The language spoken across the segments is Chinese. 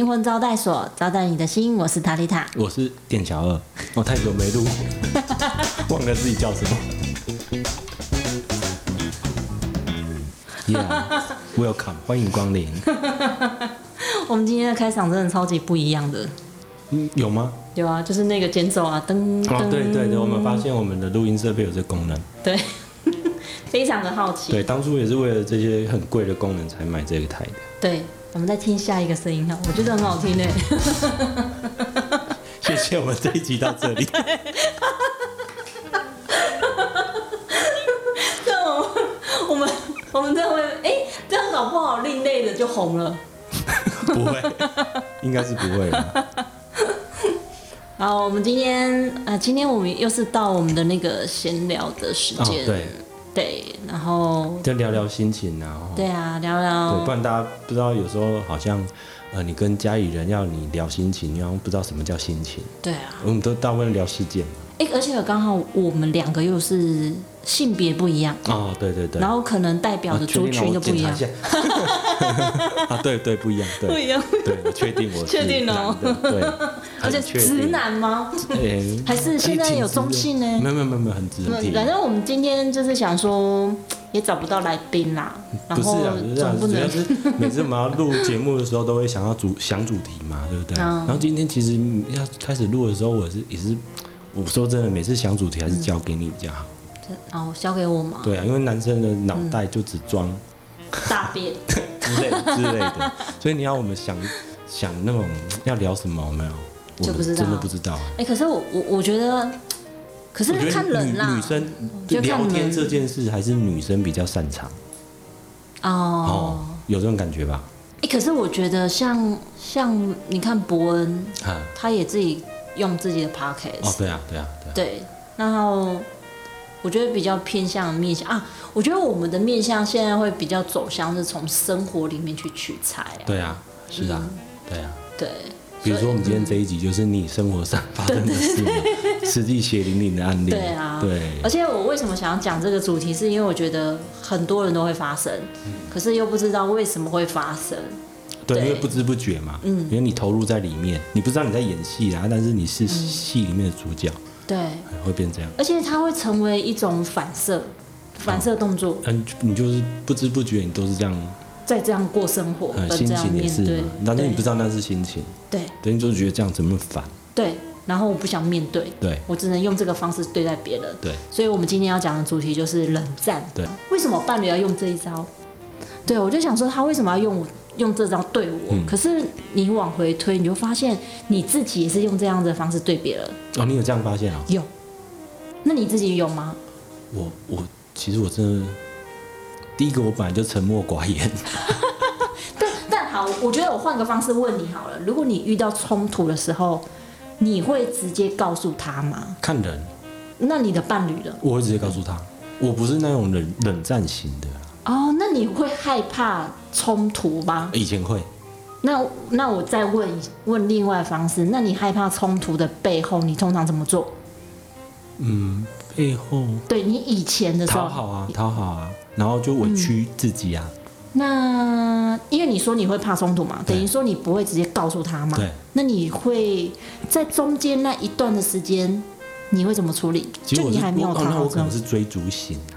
灵魂招待所，招待你的心。我是塔丽塔。我是店小二，我太久没录， 忘了自己叫什么。Yeah，welcome，欢迎光临。 我们今天的开场真的超级不一样的，嗯，有吗？有啊，就是那个间奏啊，噔噔、哦，对对对，我们发现我们的录音设备有这功能。对， 非常的好奇。对，当初也是为了这些很贵的功能才买这个台的。对，我们再听下一个声音哈，我觉得很好听欸 诶。谢谢，我们这一集到这里。 但我我们我们这会哎、这样搞不好另类的就红了。不会，应该是不会吧。好，我们今天啊、呃今天我们又是到我们的那个闲聊的时哦，间、对，对，然后就聊聊心情啊。哦对啊，聊对，聊不然大家不知道，有时候好像，呃，你跟家里人要你聊心情，然后不知道什么叫心情，对啊，我们都大部分聊事件。哎、而且刚好我们两个又是性别不一样，哦，对对对。然后可能代表的啊确族定让群我都不一样，检查下 啊，对对，不一样，对，样，对，我 确定我是确定哦男的对， 而且很啊确定直，男吗？哎还是现在有中性呢哎挺直的没有没有没有，很直很挺反正我们今天就是想说，也找不到来宾啦，然不是后啊，不是啊总，不主要能是 每次我们要录节目的时候，都会想要主想主题嘛，对不对？嗯然后今天其实要开始录的时候，我是也是，我说真的，每次想主题还是交给你比较好。哦，交给我嘛，对啊，因为男生的脑袋就只装大便，之类之类嗯的， 所以你要我们想想那种要聊什么，有没有？我就们不知道真的不知道。啊哎、可是我我我觉得，可是我觉看得女人啦，女生就看聊人天这件事还是女生比较擅长哦哦，，有这种感觉吧？哎、可是我觉得像像你看伯恩，啊，他也自己用自己的哦 podcast，、，对啊，对啊，对啊，对，然后我觉得比较偏向面向啊，我觉得我们的面向现在会比较走向是从生活里面去取材啊，对啊，是啊，嗯对啊。对比如说我们今天这一集就是你生活上发生的事嘛，实际血淋淋的案例。对啊对，而且我为什么想要讲这个主题，是因为我觉得很多人都会发生，嗯可是又不知道为什么会发生，对，对因为不知不觉嘛，嗯，因为你投入在里面，你不知道你在演戏啊，但是你嗯是戏里面的主角，对，会变这样。而且它会成为一种反射，反射动作，嗯，你就是不知不觉你都是这样，再这样过生活呃，跟心这样情也面是对嘛，但是你不对知道那是心情，对等你就觉得这样怎么烦，对，然后我不想面对，对我只能用这个方式对待别人，对，所以我们今天要讲的主题就是冷战。对，为什么伴侣要用这一招？对，我就想说他为什么要用我用这招对我？可是你往回推，你就发现你自己也是用这样的方式对别人。哦，你有这样发现啊？有，那你自己有吗？我我其实我真的，第一个我本来就沉默寡言，但但好，我觉得我换个方式问你好了。如果你遇到冲突的时候，你会直接告诉他吗？ 看人，那你的伴侣呢？我会直接告诉他，我不是那种冷冷战型的，哦，那你会害怕冲突吗？以前会，那那我再问一问另外的方式，那你害怕冲突的背后，你通常怎么做？嗯，背后对你以前的时讨候，好啊，讨好啊，然后就委屈自己啊，嗯那因为你说你会怕冲突嘛，对等于说你不会直接告诉他嘛？对。那你会在中间那一段的时间，你会怎么处理？其实就我是你还没有哦讨那好我可这能是追逐型啊。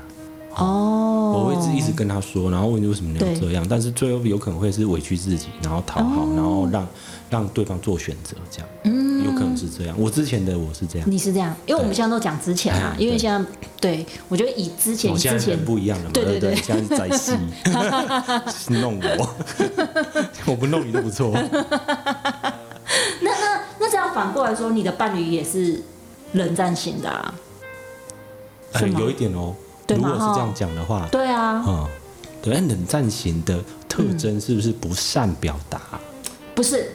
哦，我会一直一直跟他说，然后问你为什么你要对哦这样，但是最后有可能会是委屈自己，然后讨好，然后让让对方做选择，这样，嗯，有可能是这样。我之前的我是这样，你是这样，因为我们现在都讲之前啊，哎因为对现在对我觉得以之前我哦现之在前人不一样了嘛，对对对不对？现在是在 戏，弄我， 我不弄你都不错。那那那这样反过来说，你的伴侣也是冷战型的啊？哎是吗有一点哦，对如嘛果是这样讲的话，对啊，嗯，对，哎冷战型的特征嗯是不是不善表达？不是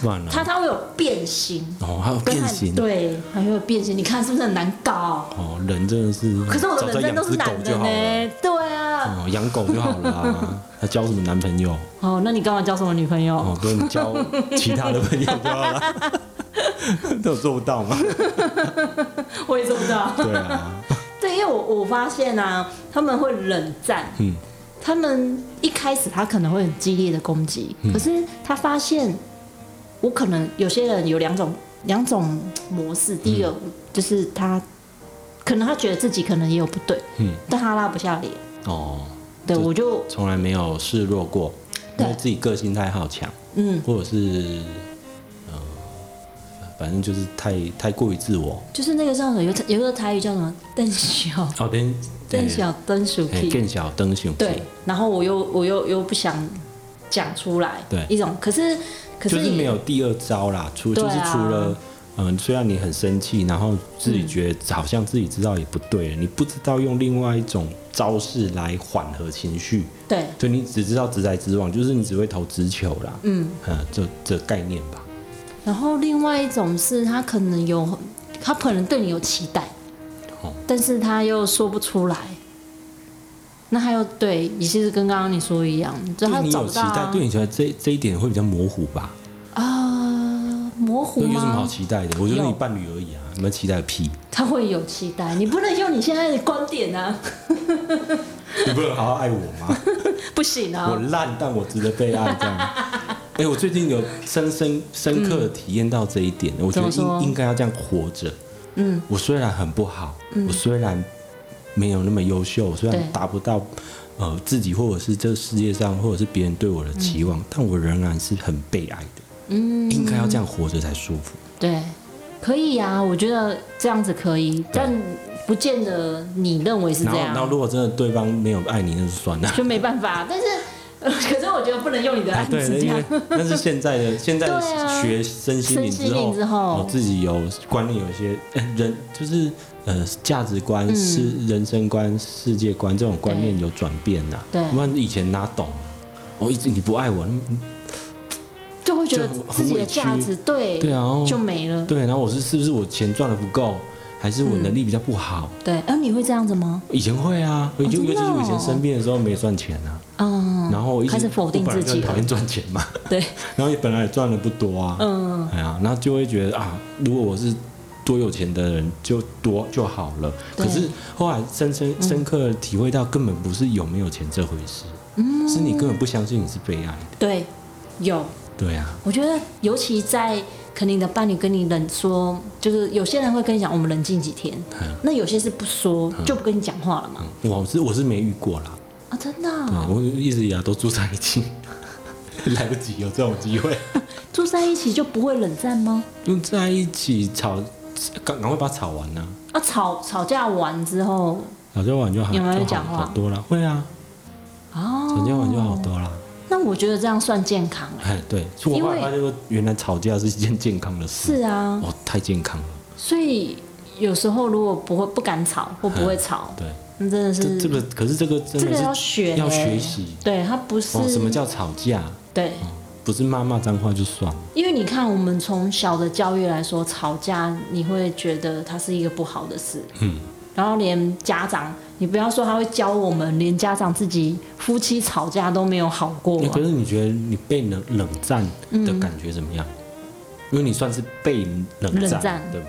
不然呢？它它会有变形，哦，还有跟变它形，对，还会有变形。你看是不是很难搞？哦，人真的是，可是我的早知道冷战养都只是狗男的就好了。呢，对啊。哦，养狗就好了啊， 他交什么男朋友？哦，那你干嘛交什么女朋友？哦，不用交其他的朋友就好了。 那有做不到吗？我也做不 到。对啊，对，因为我我发现啊，他们会冷战，嗯，嗯他们一开始他可能会很激烈的攻击，可是他发现我可能有些人有两种两种模嗯式，第一个就是他可能他觉得自己可能也有不对，嗯，但他拉不下脸，哦，对这我就从来没有示弱过，因对为自己个性太好强，嗯，或者是呃，反正就是太太过于自我。就是那个叫什么，有有个台语叫什么邓小哦，等邓小邓鼠哎，屁，更小灯熊对，然后我又我又又不想讲出来，对一种可是可就是是也没有第二招啦，除、对就啊是除了。嗯，虽然你很生气，然后自己觉得好像自己知道也不对了，你不知道用另外一种招式来缓和情绪，对，就你只知道直来直往，就是你只会投直球啦。嗯，嗯，这这概念吧。然后另外一种是他可能有他可能对你有期待哦，但是他又说不出来。那他又对，也是跟刚刚你说的一样，就他对你找有不期到待，啊对你觉得这这一点会比较模糊吧？啊模糊对，有什么好吗？期待的？我觉得有你伴侣而已啊，你们期待 个屁！ 他会有期待，你不能用你现在的观点啊， 你不能好好爱我吗？不行我啊。烂，但我值得被爱， 这样。哎、我最近有深深深刻地体验到这一点，我觉得嗯怎么说应应该要这样活着。嗯，我虽然很不好，我虽然没有那么优秀，我虽对然达不到呃自己或者是这世界上或者是别人对我的期望，嗯但我仍然是很被爱的。嗯，应该要这样活着才舒服。对，可以啊，我觉得这样子可以，但不见得你认为是然这后，然后样，如果真的对方没有爱你，那就算了。就没办法。但是， 呃可是我觉得不能用你的案哦哎对，子这因样为。但是现在 的现在的对啊学身心灵身之心灵后，之后哦自己有观念，有一些呃人就是呃价值观、嗯是人生观、世界观这种观念有转变呐、对不然以前哪懂啊？我一直你不爱我，嗯就会觉得就自很己的价值对对啊，然后就没了。对，然后我是是不是我钱赚的不够，还是我嗯能力比较不好？对，啊，你会这样子吗？以前会啊，我就、真的尤其是我以前哦生病的时候没赚钱啊，嗯，然后我一直开始否定我本来自己就很讨了。厌赚钱嘛。对，然后也本来也赚的不多啊，嗯，哎呀，然后就会觉得啊，如果我是多有钱的人，就多就好了。对嗯可是后来深深深刻地体会到，根本不是有没有钱这回事，嗯是你根本不相信你是被爱的。对，有。对啊，我觉得尤其在可能你的伴侣跟你冷说，就是有些人会跟你讲我们冷静几天，嗯那有些是不说就不跟你讲话了嘛。我是我是没遇过啦，啊，真的对哦我一直以来都住在一起， 来不及有这种 机会，住在一起就不会冷战吗？就在一起吵，赶赶快把它吵完呢、啊，吵吵架完之后，吵架完就好，有没有就好讲话好多了？会啊，哦，吵架完就好多了。那我觉得这样算健康哎。哎，对，所以我后来发现说，原来吵架是一件健康的事。是啊，哦，太健康了。所以有时候如果不会不敢吵或不会吵，对，那真的这是这个可是这个真这的个是要学要欸学习。对，它不是、哦，什么叫吵架？哦对，不是骂骂脏话就算了。因为你看我们从小的教育来说，吵架你会觉得它是一个不好的事，嗯，然后连家长，你不要说他会教我们，连家长自己夫妻吵架都没有好过欸啊、可是你觉得你被冷冷战的感觉怎么样？因为你算是被冷冷战，战对吧？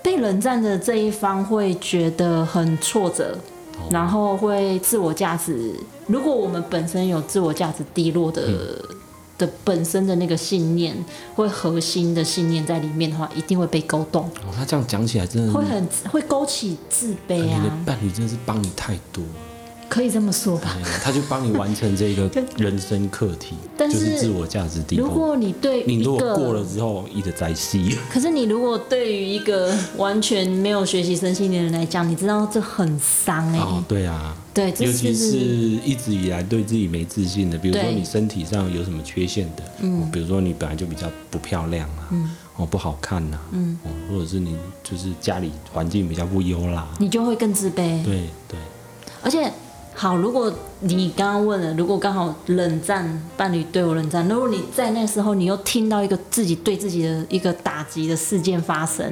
被冷战的这一方会觉得很挫折，哦然后会自我价值。如果我们本身有自我价值低落的、嗯的本身的那个信念，会核心的信念在里面的话，一定会被勾动，哦，他这样讲起来真的会是，很会勾起自卑你的啊，伴侣真的是帮你太多了，可以这么说吧。哎呀他就帮你完成这个人生课题，但就是是自我价值低如落。果你对你一如个，果过了之后，一直在吸。可是你如果对于一个完全没有学习身心灵的人来讲，你知道这很伤哎、哦，对啊，对，这尤其就是一直以来对自己没自信的，比如说对你身体上有什么缺陷的，嗯，比如说你本来就比较不漂亮啊，嗯，哦不好看呐、嗯，哦或者是你就是家里环境比较不优啦，你就会更自卑。对对，而且，好，如果你刚刚问了，如果刚好冷战伴侣对我冷战，如果你在那时候你又听到一个自己对自己的一个打击的事件发生，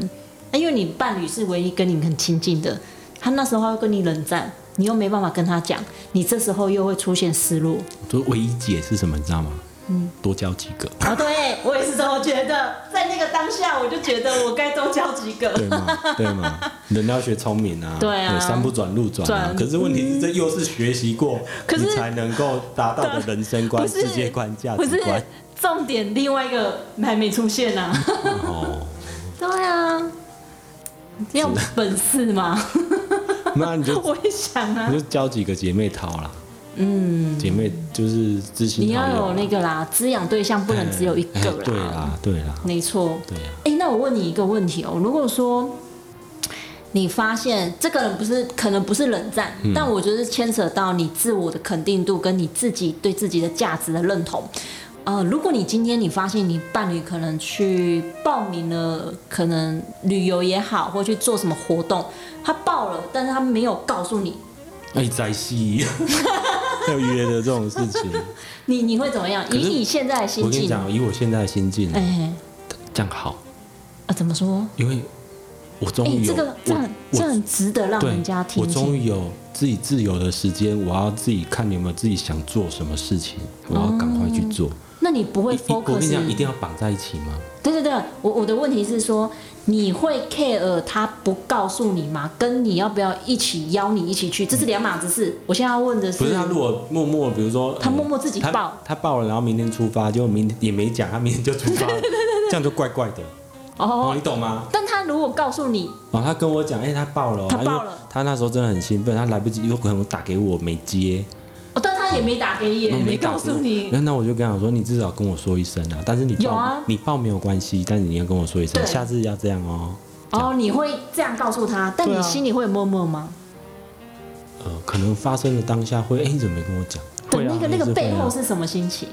那因为你伴侣是唯一跟你很亲近的，他那时候要跟你冷战，你又没办法跟他讲，你这时候又会出现失落。所以唯一解是什么，你知道吗？嗯，多交几个，啊，对我也是这么觉得，在那个当下我就觉得我该多交几个。对 吗？对吗？人要学聪明啊，对啊山不转路转转。啊可是问题是，这又是学习过，可是你才能够达到的人生观、不是世界观、价不值是观。重点另外一个还没出现呢、啊。哦，对啊，要本事嘛，那你 就我也想啊你。就交几个姐妹淘啦，嗯，姐妹就是知心你好要友有啊那个啦，滋养对象不能只有一哎个啦。嗯对啦，对啦，没错。对啊呀，哎、那我问你一个问题哦，如果说你发现这个人不是可能不是冷战，嗯但我觉得是牵扯到你自我的肯定度跟你自己对自己的价值的认同。呃，如果你今天你发现你伴侣可能去报名了，可能旅游也好，或去做什么活动，他报了，但是他没有告诉你，哎，在戏 要约的这种事 情，你你会怎么样？以可是你现在的心我跟你境，讲，以我现在的心境哎、，这样好，啊，怎么说？因为我终哎、于这有个这我很这我很值得让对人家听我终见。于有自己自由的时间，我要自己看有没有自己想做什么事情，我要赶快去做。那你不嗯会一一我跟你 focus 讲，一定要绑在一起吗？对对对，我我的问题是说，你会 care 他不告诉你吗？跟你要不要一起邀你一起去，这是两码子事。我现在要问的是，不是他如果默默，比如说他呃默默自己他报他报了，然后明天出发，结果明天也没讲，他明天就出 发了，这样就怪怪的。哦，哦，你懂吗？但他如果告诉你，哦，他跟我讲，哎，他报了哦，他因为报了他那时候真的很兴奋，他来不及，有可能打给我没接，哦，但他也没打给你，也那没打告给诉我你，那那我就跟他讲说，你至少跟我说一声啊，但是你报有啊你报没有关系，但你要跟我说一声，对下次要这样哦。哦，你会这样告诉他，但对你啊心里会有默默吗？呃，可能发生的当下会，哎、你怎么没跟我讲？对，会啊那个那还是个会背后啊是什么心情？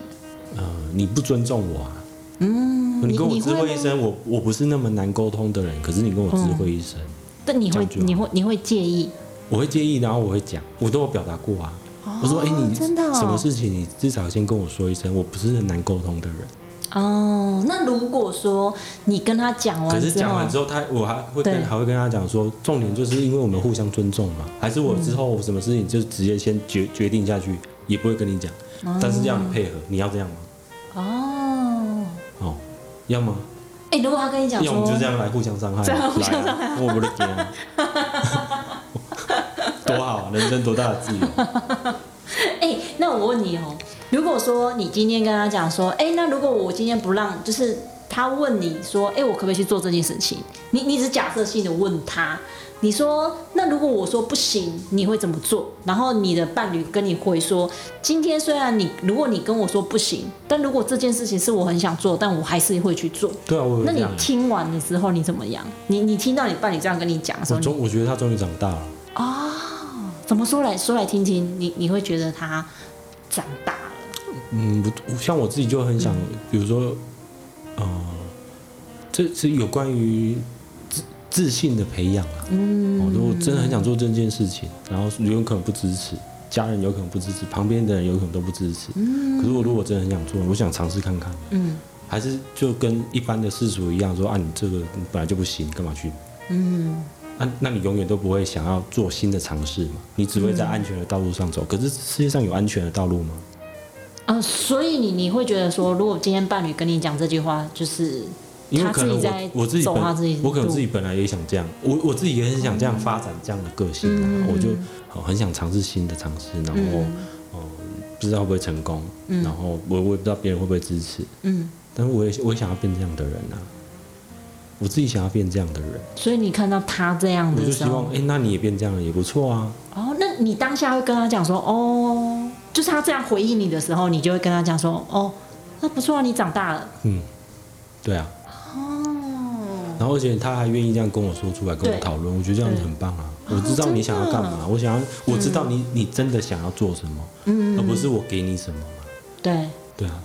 呃，你不尊重我啊。嗯，你跟我你知会会一声，我我不是那么难沟通的人，可是你跟我知会一声，但你会这样就好你会你会介意？我会介意，然后我会讲，我都有表达过啊。我说，哎、你真的哦什么事情，你至少先跟我说一声，我不是很难沟通的人。哦，那如果说你跟他讲可完是之讲后完，之后，他我还会对跟还会跟他讲说，重点就是因为我们互相尊重嘛，还是我之后什么事情就直接先决决定下去，也不会跟你讲，但是要你配合，你要这样吗？哦，哦，要吗？哎，如果他跟你讲要么说就这样来互相伤害，这来样互相伤啊！我不的天 啊，多好啊，人生多大的自由！哎、那我问你哦，如果说你今天跟他讲说，哎、那如果我今天不让，就是他问你说，哎、我可不可以去做这件事情？你你只假设性的问他，你说，那如果我说不行，你会怎么做？然后你的伴侣跟你回说，今天虽然你如果你跟我说不行，但如果这件事情是我很想做，但我还是会去做。对啊，我有那这你样啊。听完了之后你怎么样？你你听到你伴侣这样跟你讲的时我候，你终我觉得他终于长大了，怎么说来说来听听？你你会觉得他长大了？嗯，我像我自己就很想，比如说，呃，这是有关于自自信的培养啊。嗯，我如果真的很想做这件事情，然后有可能不支持，家人有可能不支持，旁边的人有可能都不支持。嗯，可是我如果真的很想做，我想尝试看看。嗯。还是就跟一般的世俗一样，说啊，你这个你本来就不行，干嘛去？嗯，啊，那你永远都不会想要做新的尝试嘛？你只会在安全的道路上走。可是世界上有安全的道路吗？呃，所以你你会觉得说，如果今天伴侣跟你讲这句话，就是因为他可自己能在我我自己走本他自己的我可能路嗯自己本来也想这样，我我自己也很想这样发展这样的个性啊，我就呃很想尝试新的尝试，然后、嗯呃不知道会不会成功，然后我我也不知道别人会不会支持，嗯，但是我也我也想要变这样的人啊，我自己想要变这样的人。所以你看到他这样我的就时希候望，，哎、那你也变这样了也不错啊。哦，那你当下会跟他讲说，哦，就是他这样回应你的时候，你就会跟他讲说，哦，那不错啊，你长大了，嗯，对啊。哦然后，而且他还愿意这样跟我说出来，跟对我讨论，我觉得这样子很棒啊！对我知道哦你想要干嘛，我想要，嗯我知道你你真的想要做什么，而不是我给你什么嘛。对，对啊，